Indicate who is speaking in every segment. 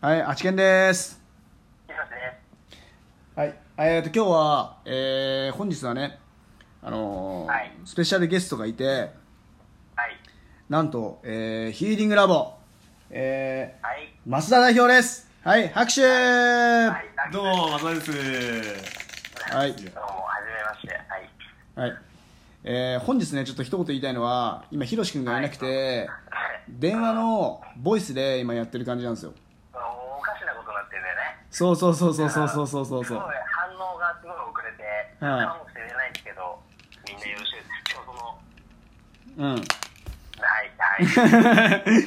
Speaker 1: はい、あちけんです。
Speaker 2: 以上です。
Speaker 1: はい、えー、と今日は、えー、本日はね、あのー
Speaker 2: はい
Speaker 1: スペシャルゲストがいて、
Speaker 2: はい。
Speaker 1: なんと、えー、ヒーリングラボ、え
Speaker 2: はい。
Speaker 1: ー、増田代表です。はい、拍手。は
Speaker 2: はい
Speaker 1: い、。
Speaker 3: どうも、松田です。
Speaker 1: はい
Speaker 2: どうも、はじめまして。はい。
Speaker 1: えー、本日ねちょっと一言言いたいのは、今ひろし君がいなくて、
Speaker 2: はい
Speaker 1: 電話のボイスで今やってる感じなんですよ。
Speaker 2: おかしなことになってるんだよね。
Speaker 1: そうそうそうそうそうそうそうそう
Speaker 2: すごい反応がすごい遅れて、
Speaker 1: はい
Speaker 2: かもしれないですけど、みんなよろしいですか。今日その、
Speaker 1: うん。
Speaker 2: はい、はい。はい、はい。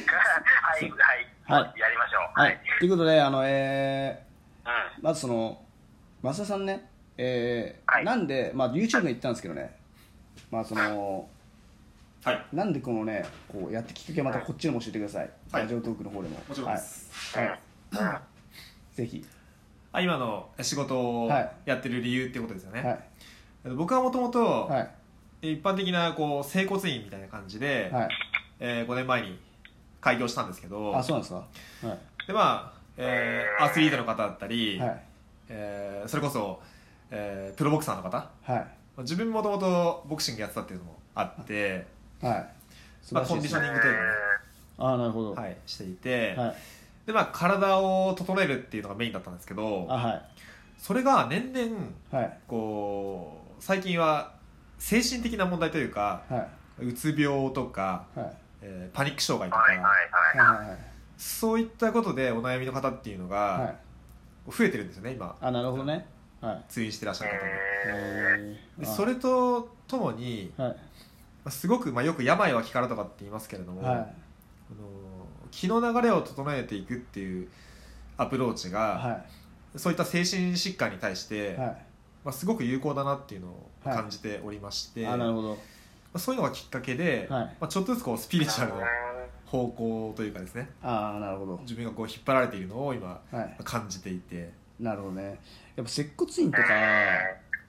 Speaker 1: はい
Speaker 2: やりましょう。
Speaker 1: はい。ということであのえー。
Speaker 2: うん。
Speaker 1: まずその増田さんね、えー
Speaker 2: はい
Speaker 1: なんで、まあ、YouTube に行ったんですけどね、まあ、その
Speaker 3: はい、
Speaker 1: なんでこのねこうやってきっかけまたこっちでも教えてください、
Speaker 3: はい
Speaker 1: ラジオトークの方でも
Speaker 3: もちろんです。
Speaker 1: はい、はいぜひ、
Speaker 3: あ今の仕事を
Speaker 1: はい
Speaker 3: やってる理由ってことですよね。
Speaker 1: はい
Speaker 3: 僕はもともと
Speaker 1: はい
Speaker 3: 一般的なこう整骨院みたいな感じで、
Speaker 1: はい
Speaker 3: えー、5年前に開業したんですけど、
Speaker 1: あそうなんですかは
Speaker 3: でまあ、えーアスリートの方だったり、
Speaker 1: いはい
Speaker 3: えーそれこそ、えープロボクサーの方、
Speaker 1: はい
Speaker 3: 自分もともとボクシングやってたっていうのもあって、
Speaker 1: はい素晴
Speaker 3: まあ
Speaker 1: らしいですね
Speaker 3: コンディショニングというかね
Speaker 1: あなるほど
Speaker 3: はい、していて、
Speaker 1: はい
Speaker 3: でまあ体を整えるっていうのがメインだったんですけど、
Speaker 1: あは
Speaker 3: それが年々
Speaker 1: いはい
Speaker 3: こう最近は精神的な問題というか
Speaker 1: は
Speaker 3: うつ病とか、
Speaker 1: いはい
Speaker 3: えーパニック障害とか、
Speaker 2: はい、はい、はい。
Speaker 1: はいはい
Speaker 3: そういったことでお悩みの方っていうの
Speaker 1: はいはい
Speaker 3: が増えてるんですよね今
Speaker 1: あなるほどねはい
Speaker 3: 通院してらっしゃる方で
Speaker 2: え
Speaker 1: え
Speaker 3: でそれとともにま
Speaker 1: はい
Speaker 3: あすごく、まあ、よく病は気からとかって言いますけれども、
Speaker 1: は
Speaker 3: この気の流れを整えていくっていうアプローチが、
Speaker 1: いは
Speaker 3: そういった精神疾患に対し
Speaker 1: い
Speaker 3: て、
Speaker 1: は
Speaker 3: まあ、すごく有効だなっていうのを感じておりまして、
Speaker 1: いあなるほど
Speaker 3: まあそういうのがきっかけで、
Speaker 1: はい
Speaker 3: まあ、ちょっとずつこうスピリチュアルの
Speaker 2: ー
Speaker 3: 方向というかですね
Speaker 1: ああなるほど
Speaker 3: 自分がこう引っ張られているのを今
Speaker 1: はい
Speaker 3: 感じていて
Speaker 1: なるほどねやっぱ接骨院とか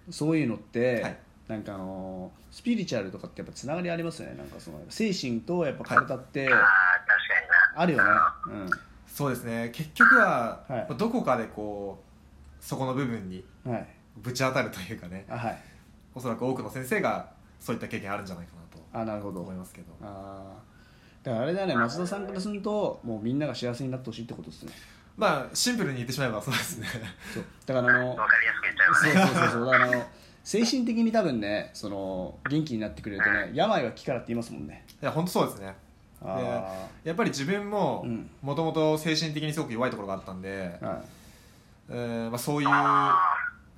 Speaker 1: そういうのって、
Speaker 3: はい
Speaker 1: なんかあのースピリチュアルとかってやっぱつながりありますよねなんかその精神とやっぱ体って
Speaker 2: ああ、確かにな。
Speaker 1: あるよね、
Speaker 3: そうですね結局は、
Speaker 1: はい
Speaker 3: まあどこかでこうそこの部分に
Speaker 1: うんはい
Speaker 3: ぶち当たるというかね
Speaker 1: あはい
Speaker 3: おそらく多くの先生がそういった経験あるんじゃないかなと
Speaker 1: あなるほど
Speaker 3: 思いますけど
Speaker 1: あーだからあれだよね松田さんからするともうみんなが幸せになってほしいってことですね
Speaker 3: まあシンプルに言ってしまえばそうですね
Speaker 1: そうだからあの
Speaker 2: わかりやすく言っちゃいます
Speaker 1: そ
Speaker 2: ね。
Speaker 1: うそうそうそうだからあの精神的に多分ねその元気になってくれるとね病は気からって言いますもんね
Speaker 3: いや本当そうですね
Speaker 1: あ
Speaker 3: やっぱり自分も
Speaker 1: うん
Speaker 3: もともと精神的にすごく弱いところがあったんで、
Speaker 1: あは
Speaker 3: えーまあ、そういう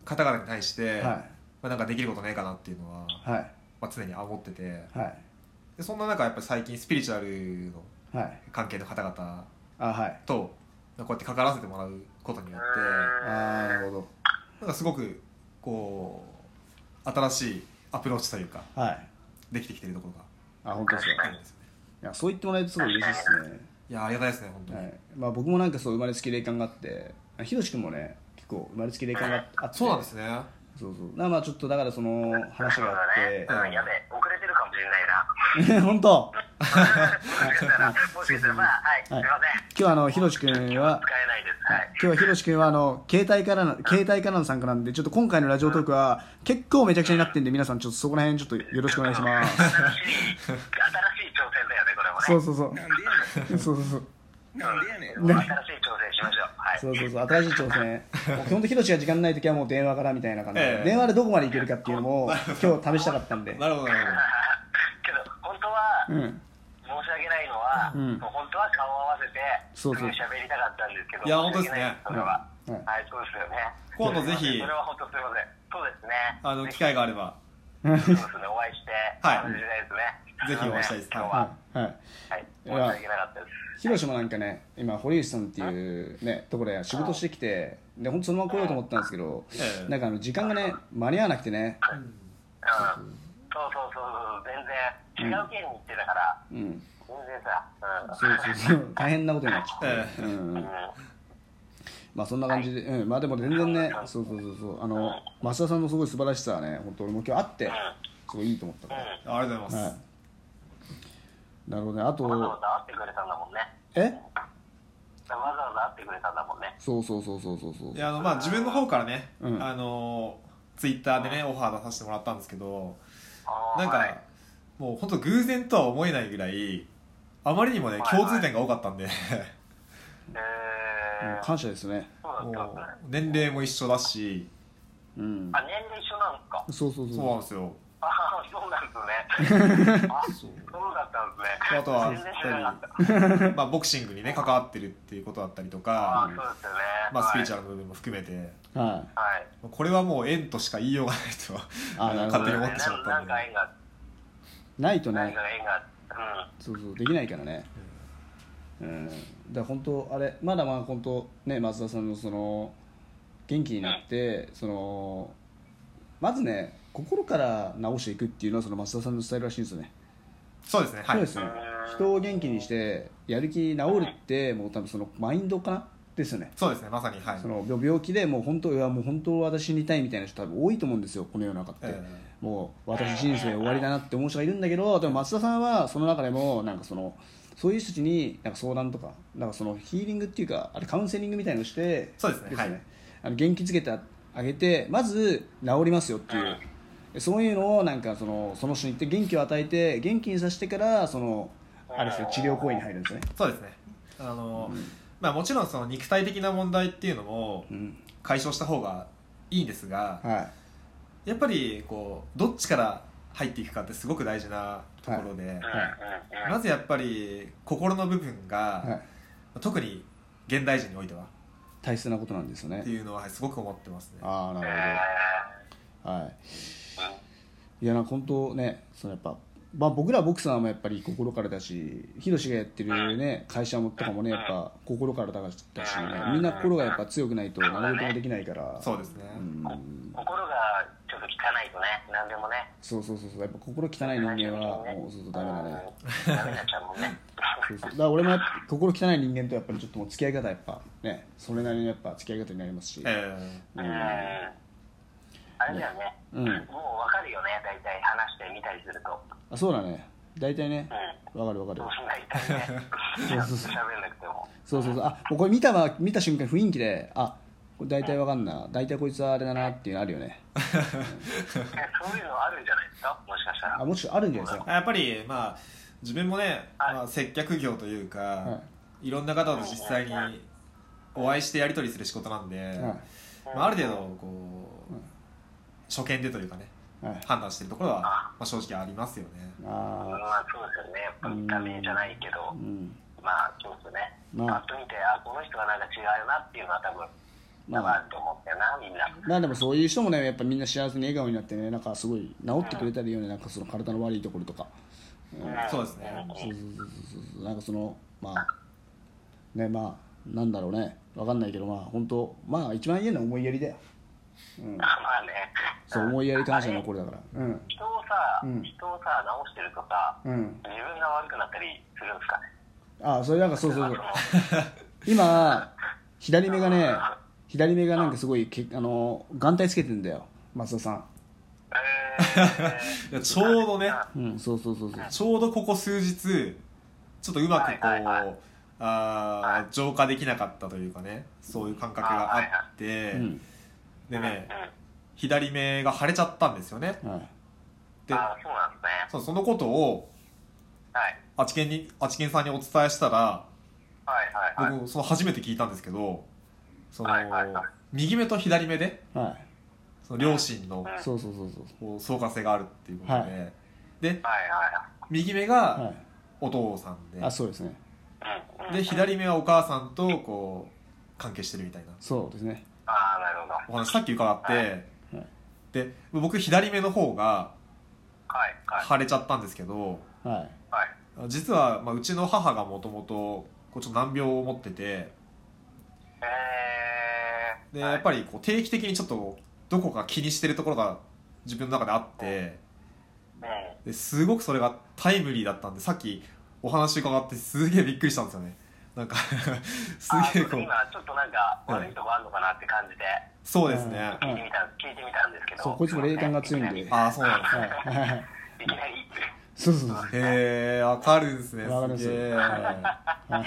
Speaker 3: 方々に対して、
Speaker 1: い
Speaker 3: ま
Speaker 1: は
Speaker 3: あ、なんかできることねえかなっていうのは、
Speaker 1: いはい
Speaker 3: まあ、常に思ってて
Speaker 1: はい
Speaker 3: でそんな中やっぱり最近スピリチュアルの
Speaker 1: はい
Speaker 3: 関係の方々
Speaker 1: あはい
Speaker 3: とこうやって関わらせてもらうことによって
Speaker 1: あーなるほ
Speaker 3: なんかすごくこう新しいアプローチというか
Speaker 1: どはい
Speaker 3: できてきてるところ
Speaker 1: あ本当ですよ
Speaker 3: があるんですよね
Speaker 1: いやそう言ってもらえるとすごい嬉しいですね、
Speaker 3: いやありがたいですね本当に、
Speaker 1: はいまあ、僕もなんかそう生まれつき霊感があってあひろし君もね結構生まれつき霊感があって
Speaker 3: そうなんですすねあ
Speaker 1: そうそうなまあちょっとだからその話があ
Speaker 2: そうだね。うん、やべえ、遅れてるかもしれないな。
Speaker 1: って 本当
Speaker 2: もしかしたら、もしかしたら、まあ、はい、すいません。
Speaker 1: 今日はあのひろし君は
Speaker 2: 使えないです。はい。
Speaker 1: 今日はひろし君はあの携帯からの携帯からの参加なんでちょっと今回のラジオトークは結構めちゃくちゃになってんで皆さんちょっとそこら辺ちょっとよろしくお願いします
Speaker 2: 新しい、新しい挑戦だよね、これもね。
Speaker 1: そうそうそう
Speaker 4: なんでや
Speaker 1: そうそうそう
Speaker 4: ねんなんでやねん
Speaker 2: 新しい挑戦しましょう。はい。
Speaker 1: そうそうそう新しい挑戦 もう基本的にひろしが時間ない時はもう電話からみたいな感じで、
Speaker 3: ええ
Speaker 1: 電話でどこまでいけるかっていうのも今日試したかったんで
Speaker 3: なるほどなるほど
Speaker 2: けど、本当は
Speaker 1: う、ん
Speaker 2: 申し訳ないのは、
Speaker 1: うん
Speaker 2: もう本当は顔を合わせて、
Speaker 1: そうそう
Speaker 2: すぐ喋りたかったんですけど、
Speaker 3: いや本当ですね
Speaker 2: 申し訳ないそれ
Speaker 1: うん
Speaker 2: は。はい、そうですよね。
Speaker 3: 今度ぜひ
Speaker 2: それは本当すみません。そうですね。
Speaker 3: あの機会があれば
Speaker 1: はい
Speaker 2: そうですね、お会いして、
Speaker 3: はい
Speaker 2: 話したいですね。
Speaker 3: ぜひお会いしたいです
Speaker 2: 今日は。
Speaker 1: はい
Speaker 2: はい、申し訳なかったです。
Speaker 1: 広島なんかね今堀内さんっていうねところで仕事してきてで本当そのまま来ようと思ったんですけど
Speaker 3: ええ
Speaker 1: なんかあの時間がね間に合わなくてね
Speaker 2: うんそうそうそうそう、全然違う県に行ってたから、
Speaker 1: うん
Speaker 2: 全然さ、うん、
Speaker 1: そうそうそう大変なことになっちゃ
Speaker 3: え
Speaker 1: ってうん
Speaker 2: うん
Speaker 1: まあそんな感じでうんまあでも全然ねそうそうそうそうあの増田さんのすごい素晴らしさはね本当俺も今日会ってすごいいいと思ったか
Speaker 2: うん
Speaker 3: えありがとうございます、
Speaker 1: はいなるほどねあ
Speaker 2: わざわ
Speaker 1: と
Speaker 2: ざ会ってくれたんだもんね。
Speaker 1: え
Speaker 2: わざわざってくれたんだもんね。
Speaker 1: そうそうそうそうそうそう
Speaker 3: いやあのまあ自分の方からね、
Speaker 1: うん
Speaker 3: あのツイッターでねオファー出させてもらったんですけど
Speaker 2: あー
Speaker 3: なん
Speaker 2: は
Speaker 3: か
Speaker 2: い
Speaker 3: もう本当偶然とは思えないぐらいあまりにもね
Speaker 2: はいはい
Speaker 3: 共通点が多かった んで
Speaker 2: え
Speaker 1: も
Speaker 2: ー
Speaker 1: う感謝ですね
Speaker 2: そうだっ
Speaker 3: も
Speaker 2: たんですね
Speaker 3: う年齢も一緒だし
Speaker 1: うん
Speaker 2: あ、年齢一緒なんですか。
Speaker 1: そうそう
Speaker 3: そう
Speaker 1: そ
Speaker 3: なん
Speaker 1: う
Speaker 3: ですよ
Speaker 2: ああ、そうなんです ね。あ、そうだったんですね。
Speaker 3: あとは
Speaker 2: 全然知らなかった。
Speaker 3: まあ、ボクシングにね関わってるっていうことだったりと
Speaker 2: ああ
Speaker 3: か、、
Speaker 2: そうですよね。
Speaker 3: まあ、スピーチュ
Speaker 2: は
Speaker 3: アルの部分も含めて
Speaker 1: はい
Speaker 2: い。はい
Speaker 3: これはもう縁としか言いようがないと
Speaker 1: あなるほど
Speaker 3: 勝手に
Speaker 1: ね
Speaker 3: 思ってしまった
Speaker 2: なんん
Speaker 3: で
Speaker 2: か縁が、
Speaker 1: ないと
Speaker 2: なん
Speaker 1: ね
Speaker 2: か縁が、うん。
Speaker 1: そうそうできないからねうんだから本当あれまだまあ本当ね松田さんのその元気になってそのまずね心から直していくっていうのはその松田さんのスタイルらしいんですよね、
Speaker 3: そうですねは
Speaker 1: そう
Speaker 3: い
Speaker 1: ですね人を元気にしてやる気に治るってもう多分そのマインドかなですよね
Speaker 3: そうですねまさにはい
Speaker 1: その病病気でもう本当いやもう本当私死にたいみたいな人多分多いと思うんですよこの世の中って、
Speaker 3: え
Speaker 1: もう私人生終わりだなって思う人がいるんだけどでも松田さんはその中でもなんかそのそういう人たちになんか相談とかなんかそのヒーリングっていうかあれカウンセリングみたいのをして
Speaker 3: そうですねはい
Speaker 1: あの元気づけてああげてまず治りますよっていう、そういうのをなんかそのその人に言って元気を与えて元気にさせてからそのあれですよ治療行為に入るんですよね、
Speaker 3: そうですねあの、まあ、もちろんその肉体的な問題っていうのも
Speaker 1: うん、
Speaker 3: 解消した方がいいんですが、
Speaker 1: はい
Speaker 3: やっぱりこうどっちから入っていくかってすごく大事なところで、
Speaker 2: うんうんうん
Speaker 3: まずやっぱり心の部分が、
Speaker 1: はい
Speaker 3: 特に現代人においては
Speaker 1: 大切なことなんですよね
Speaker 3: っていうのははいすごく思ってますね
Speaker 1: ああな
Speaker 2: え
Speaker 1: るほどはい
Speaker 2: ー
Speaker 1: いやなんか本当ねそのやっぱ、まあ、僕らボクサーもやっぱり心からだしヒロシがやってる、ね、会社もとかもねやっぱ心からだし、ね、みんな心がやっぱ強くないと何事もできないから
Speaker 3: そうですね、
Speaker 1: うん
Speaker 2: 心がちょっと汚いとね、何でもね。
Speaker 1: そうそうそうそうやっぱ心汚い人間はもうそうそうダメだね
Speaker 2: うん。ダメになっちゃうもんね。
Speaker 1: そうそうだから俺もやっぱ心汚い人間とやっぱりちょっともう付き合い方やっぱねそれなりにやっぱ付き合い方になりますし、
Speaker 3: え
Speaker 2: う
Speaker 1: うんん
Speaker 2: あれだよね、
Speaker 1: うん
Speaker 2: もうわかるよね、大体話してみたりすると。
Speaker 1: あそうだね大体ね
Speaker 2: うん。
Speaker 1: わかるわかる
Speaker 2: そう大体 ね。
Speaker 1: そうそうそう
Speaker 2: 喋んなくても。
Speaker 1: そうそうそうあもうこれ見たわ見た瞬間雰囲気であこれ大体わかんな大体こいつはあれだなっていうのあるよね
Speaker 2: えそういうのあるんじゃないですかもしかしたら。
Speaker 1: あ
Speaker 2: うん。
Speaker 1: もしかしたらあるんじゃないです
Speaker 3: ーやっぱりまあ自分もね、
Speaker 2: はい
Speaker 3: まあ、接客業というか、、
Speaker 1: か、はい
Speaker 3: ろんな方と実際にお会いしてやり取りする仕事なんで、
Speaker 1: い、は
Speaker 3: まあ、ある程度こう、
Speaker 1: うん
Speaker 3: 初見でというかね
Speaker 1: いはい、
Speaker 3: 判断してるところは、
Speaker 2: あ
Speaker 3: まあ、正直ありますよね
Speaker 1: あ
Speaker 2: まあそうですよね。やっぱ見た目じゃないけど
Speaker 1: ーう、ん
Speaker 2: まあそうですね。
Speaker 1: まあ
Speaker 2: パッと見て、あ、この人はなんか違うなっていうのは多分、多
Speaker 1: まあ
Speaker 2: 分あると思ったよな、みんな。
Speaker 1: まあでもそういう人もねやっぱみんな幸せに笑顔になってねなんかすごい治ってくれたりよねなんかその体の悪いところとか、うん、そう
Speaker 2: うん
Speaker 3: そうですね
Speaker 2: うん
Speaker 1: そうそうそうそうなんかそのまあねまあなんだろうねわかんないけどまあ本当まあ一番言えるのは思いやりだよ、うん、
Speaker 2: まあね。
Speaker 1: そう思いやり感謝のこれだからうん
Speaker 2: 人をさ、
Speaker 1: うん
Speaker 2: 人をさ、直してるとさ、
Speaker 1: うん
Speaker 2: 自分が悪くなったりするんですかね。
Speaker 1: あそれなんかそうそうそう
Speaker 2: まあ
Speaker 1: 今左目がね左目がなんかすごいけあの眼帯つけてんだよ松田さ
Speaker 2: そのえー
Speaker 3: いやちょうどね
Speaker 1: んうんそうそうそうそう
Speaker 3: ちょうどここ数日ちょっとうまくこう、
Speaker 2: はいはいはい
Speaker 3: あー浄化できなかったというかねそういう感覚があって、
Speaker 1: うん
Speaker 3: でね
Speaker 2: うん
Speaker 3: 左目が腫れちゃったんですよね
Speaker 1: はい
Speaker 3: で
Speaker 2: あそうなんですね。
Speaker 3: そうそのことを
Speaker 2: はい。
Speaker 3: あちけんにあちけんさんにお伝えしたら
Speaker 2: はいはいはい。
Speaker 3: 僕その初めて聞いたんですけどその、
Speaker 2: はいはいはい
Speaker 3: 右目と左目で
Speaker 1: は
Speaker 3: その両親の
Speaker 1: いそうそうそうそ
Speaker 3: こう相関性があるっていうことで、
Speaker 1: は
Speaker 3: で
Speaker 2: はい
Speaker 3: 右目
Speaker 1: うは
Speaker 3: が
Speaker 1: い
Speaker 3: お父さんで、
Speaker 1: あそうですね
Speaker 2: はいはい。うんうん
Speaker 3: で左目はお母さんとこう関係してるみたいな
Speaker 1: そうですね
Speaker 2: ああ、なるほど。
Speaker 3: お話さっき伺って、
Speaker 1: はい
Speaker 3: で僕左目の方が
Speaker 2: はいはい
Speaker 3: 腫れちゃったんですけど、
Speaker 1: はい
Speaker 2: はい。
Speaker 3: 実は、まあ、うちの母がもともとこうちょっと難病を持ってて
Speaker 2: えー。
Speaker 3: でやっぱりこう定期的にちょっとどこか気にしてるところが自分の中であって
Speaker 2: り。うん。
Speaker 3: ですごくそれがタイムリーだったんでさっきお話伺ってすげえびっくりしたんですよねなんかす
Speaker 2: あ
Speaker 3: げえ
Speaker 2: ー
Speaker 3: こう
Speaker 2: 今ちょっとなんか
Speaker 3: うん
Speaker 2: 悪いとこあるのかなって感じで
Speaker 3: そうですね
Speaker 1: うん
Speaker 2: 聞いてみた、聞いてみたんですけど
Speaker 1: そうこいつも霊感が強いん
Speaker 2: い
Speaker 1: で
Speaker 3: ああそうなんです
Speaker 1: はいはいはい
Speaker 2: きなり
Speaker 1: そうそう そう
Speaker 3: へえわかるんですね
Speaker 1: わかります
Speaker 3: すげえ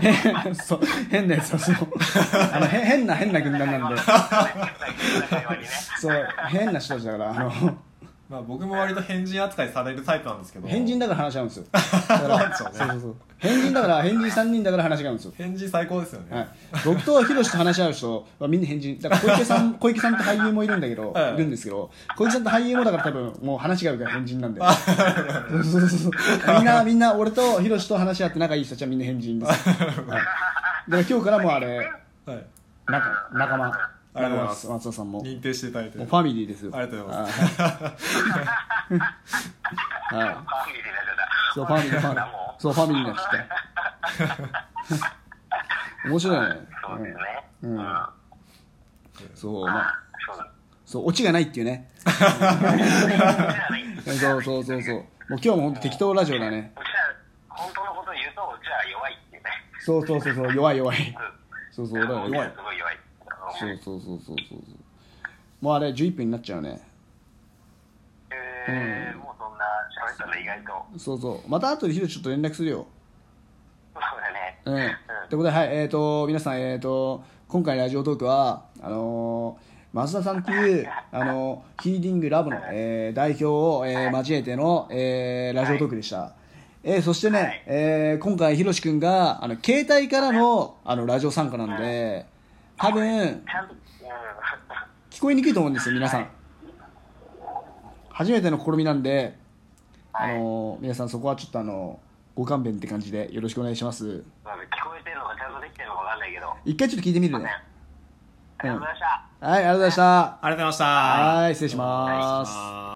Speaker 1: へへそう変なやつはそうあのへ変な変な軍団 なんでそう変な人たちだからあの
Speaker 3: まあ僕も割と変人扱いされるタイプなんですけど
Speaker 1: 変人だから話し合うんですよだからそうそうそう変人だから変人3人だから話が合うんですよ
Speaker 3: 変人最高ですよね、
Speaker 1: はい、僕とヒロシと話し合う人はみんな変人だから小池さん小池さんと俳優もいるんだけど、
Speaker 3: はい
Speaker 1: い、るんですけど小池さんと俳優もだから多分もう話が合うから変人なんだよそうそうそう そうみんなみんな俺とヒロシと話し合って仲いい人たちはみんな変人 です、はい、だから今日からもうあれ
Speaker 3: はい
Speaker 1: 仲仲間
Speaker 3: ありがとうございます
Speaker 1: 仲間松田さんもも
Speaker 3: 認定していただいて
Speaker 1: うファミリーですよ
Speaker 3: ありがとうございます
Speaker 1: はい、はいそう、ファミリー、ファミリー。そう、ファミリーが来た。面白いね。
Speaker 2: そうですね。
Speaker 1: う
Speaker 2: うんん。
Speaker 1: そう、まあ、
Speaker 2: そうだ。
Speaker 1: そう、オチがないっていうね。そうそうそうそう。もう今日も本当適当ラジオだね。
Speaker 2: うちら、本当のことを言うと、うちらは弱いっていうね。
Speaker 1: そうそうそうそう、弱い弱い。
Speaker 2: う
Speaker 1: そうそう、だから
Speaker 2: ん。
Speaker 1: 弱い。
Speaker 2: すごい弱い。
Speaker 1: そ
Speaker 2: うん
Speaker 1: うそうそうそうそう。もうあれ11分になっちゃうね。
Speaker 2: えー、もうそんな喋ったら意外と。
Speaker 1: そうそう。また後でひろちょっと連絡するよ。
Speaker 2: そうだね。
Speaker 1: うん。という
Speaker 2: うん
Speaker 1: ことで、はい、えっ、ー、と、皆さん、えっ、ー、と、今回ラジオトークは、あのー、増田さんっていう、あのーヒーリングラボの、えー代表を、えー交えての、えーラジオトークでした。えーそしてね、
Speaker 2: はい
Speaker 1: えー今回、ひろし君が、あの、携帯からの、あの、ラジオ参加なんで、多分、
Speaker 2: ちゃんと、 うん。
Speaker 1: 聞こえにくいと思うんですよ、皆さん。初めての試みなんで、あのー皆さんそこはちょっとあの、ご勘弁って感じでよろしくお願いします。
Speaker 2: なんか聞こえてるのかちゃんとできてるのかわかんないけど。
Speaker 1: 一回ちょっと聞いてみるね。
Speaker 2: ありがとうございました。
Speaker 1: はい、ありがとうございました。
Speaker 3: ありがとうございました
Speaker 1: はい、失礼します。
Speaker 3: す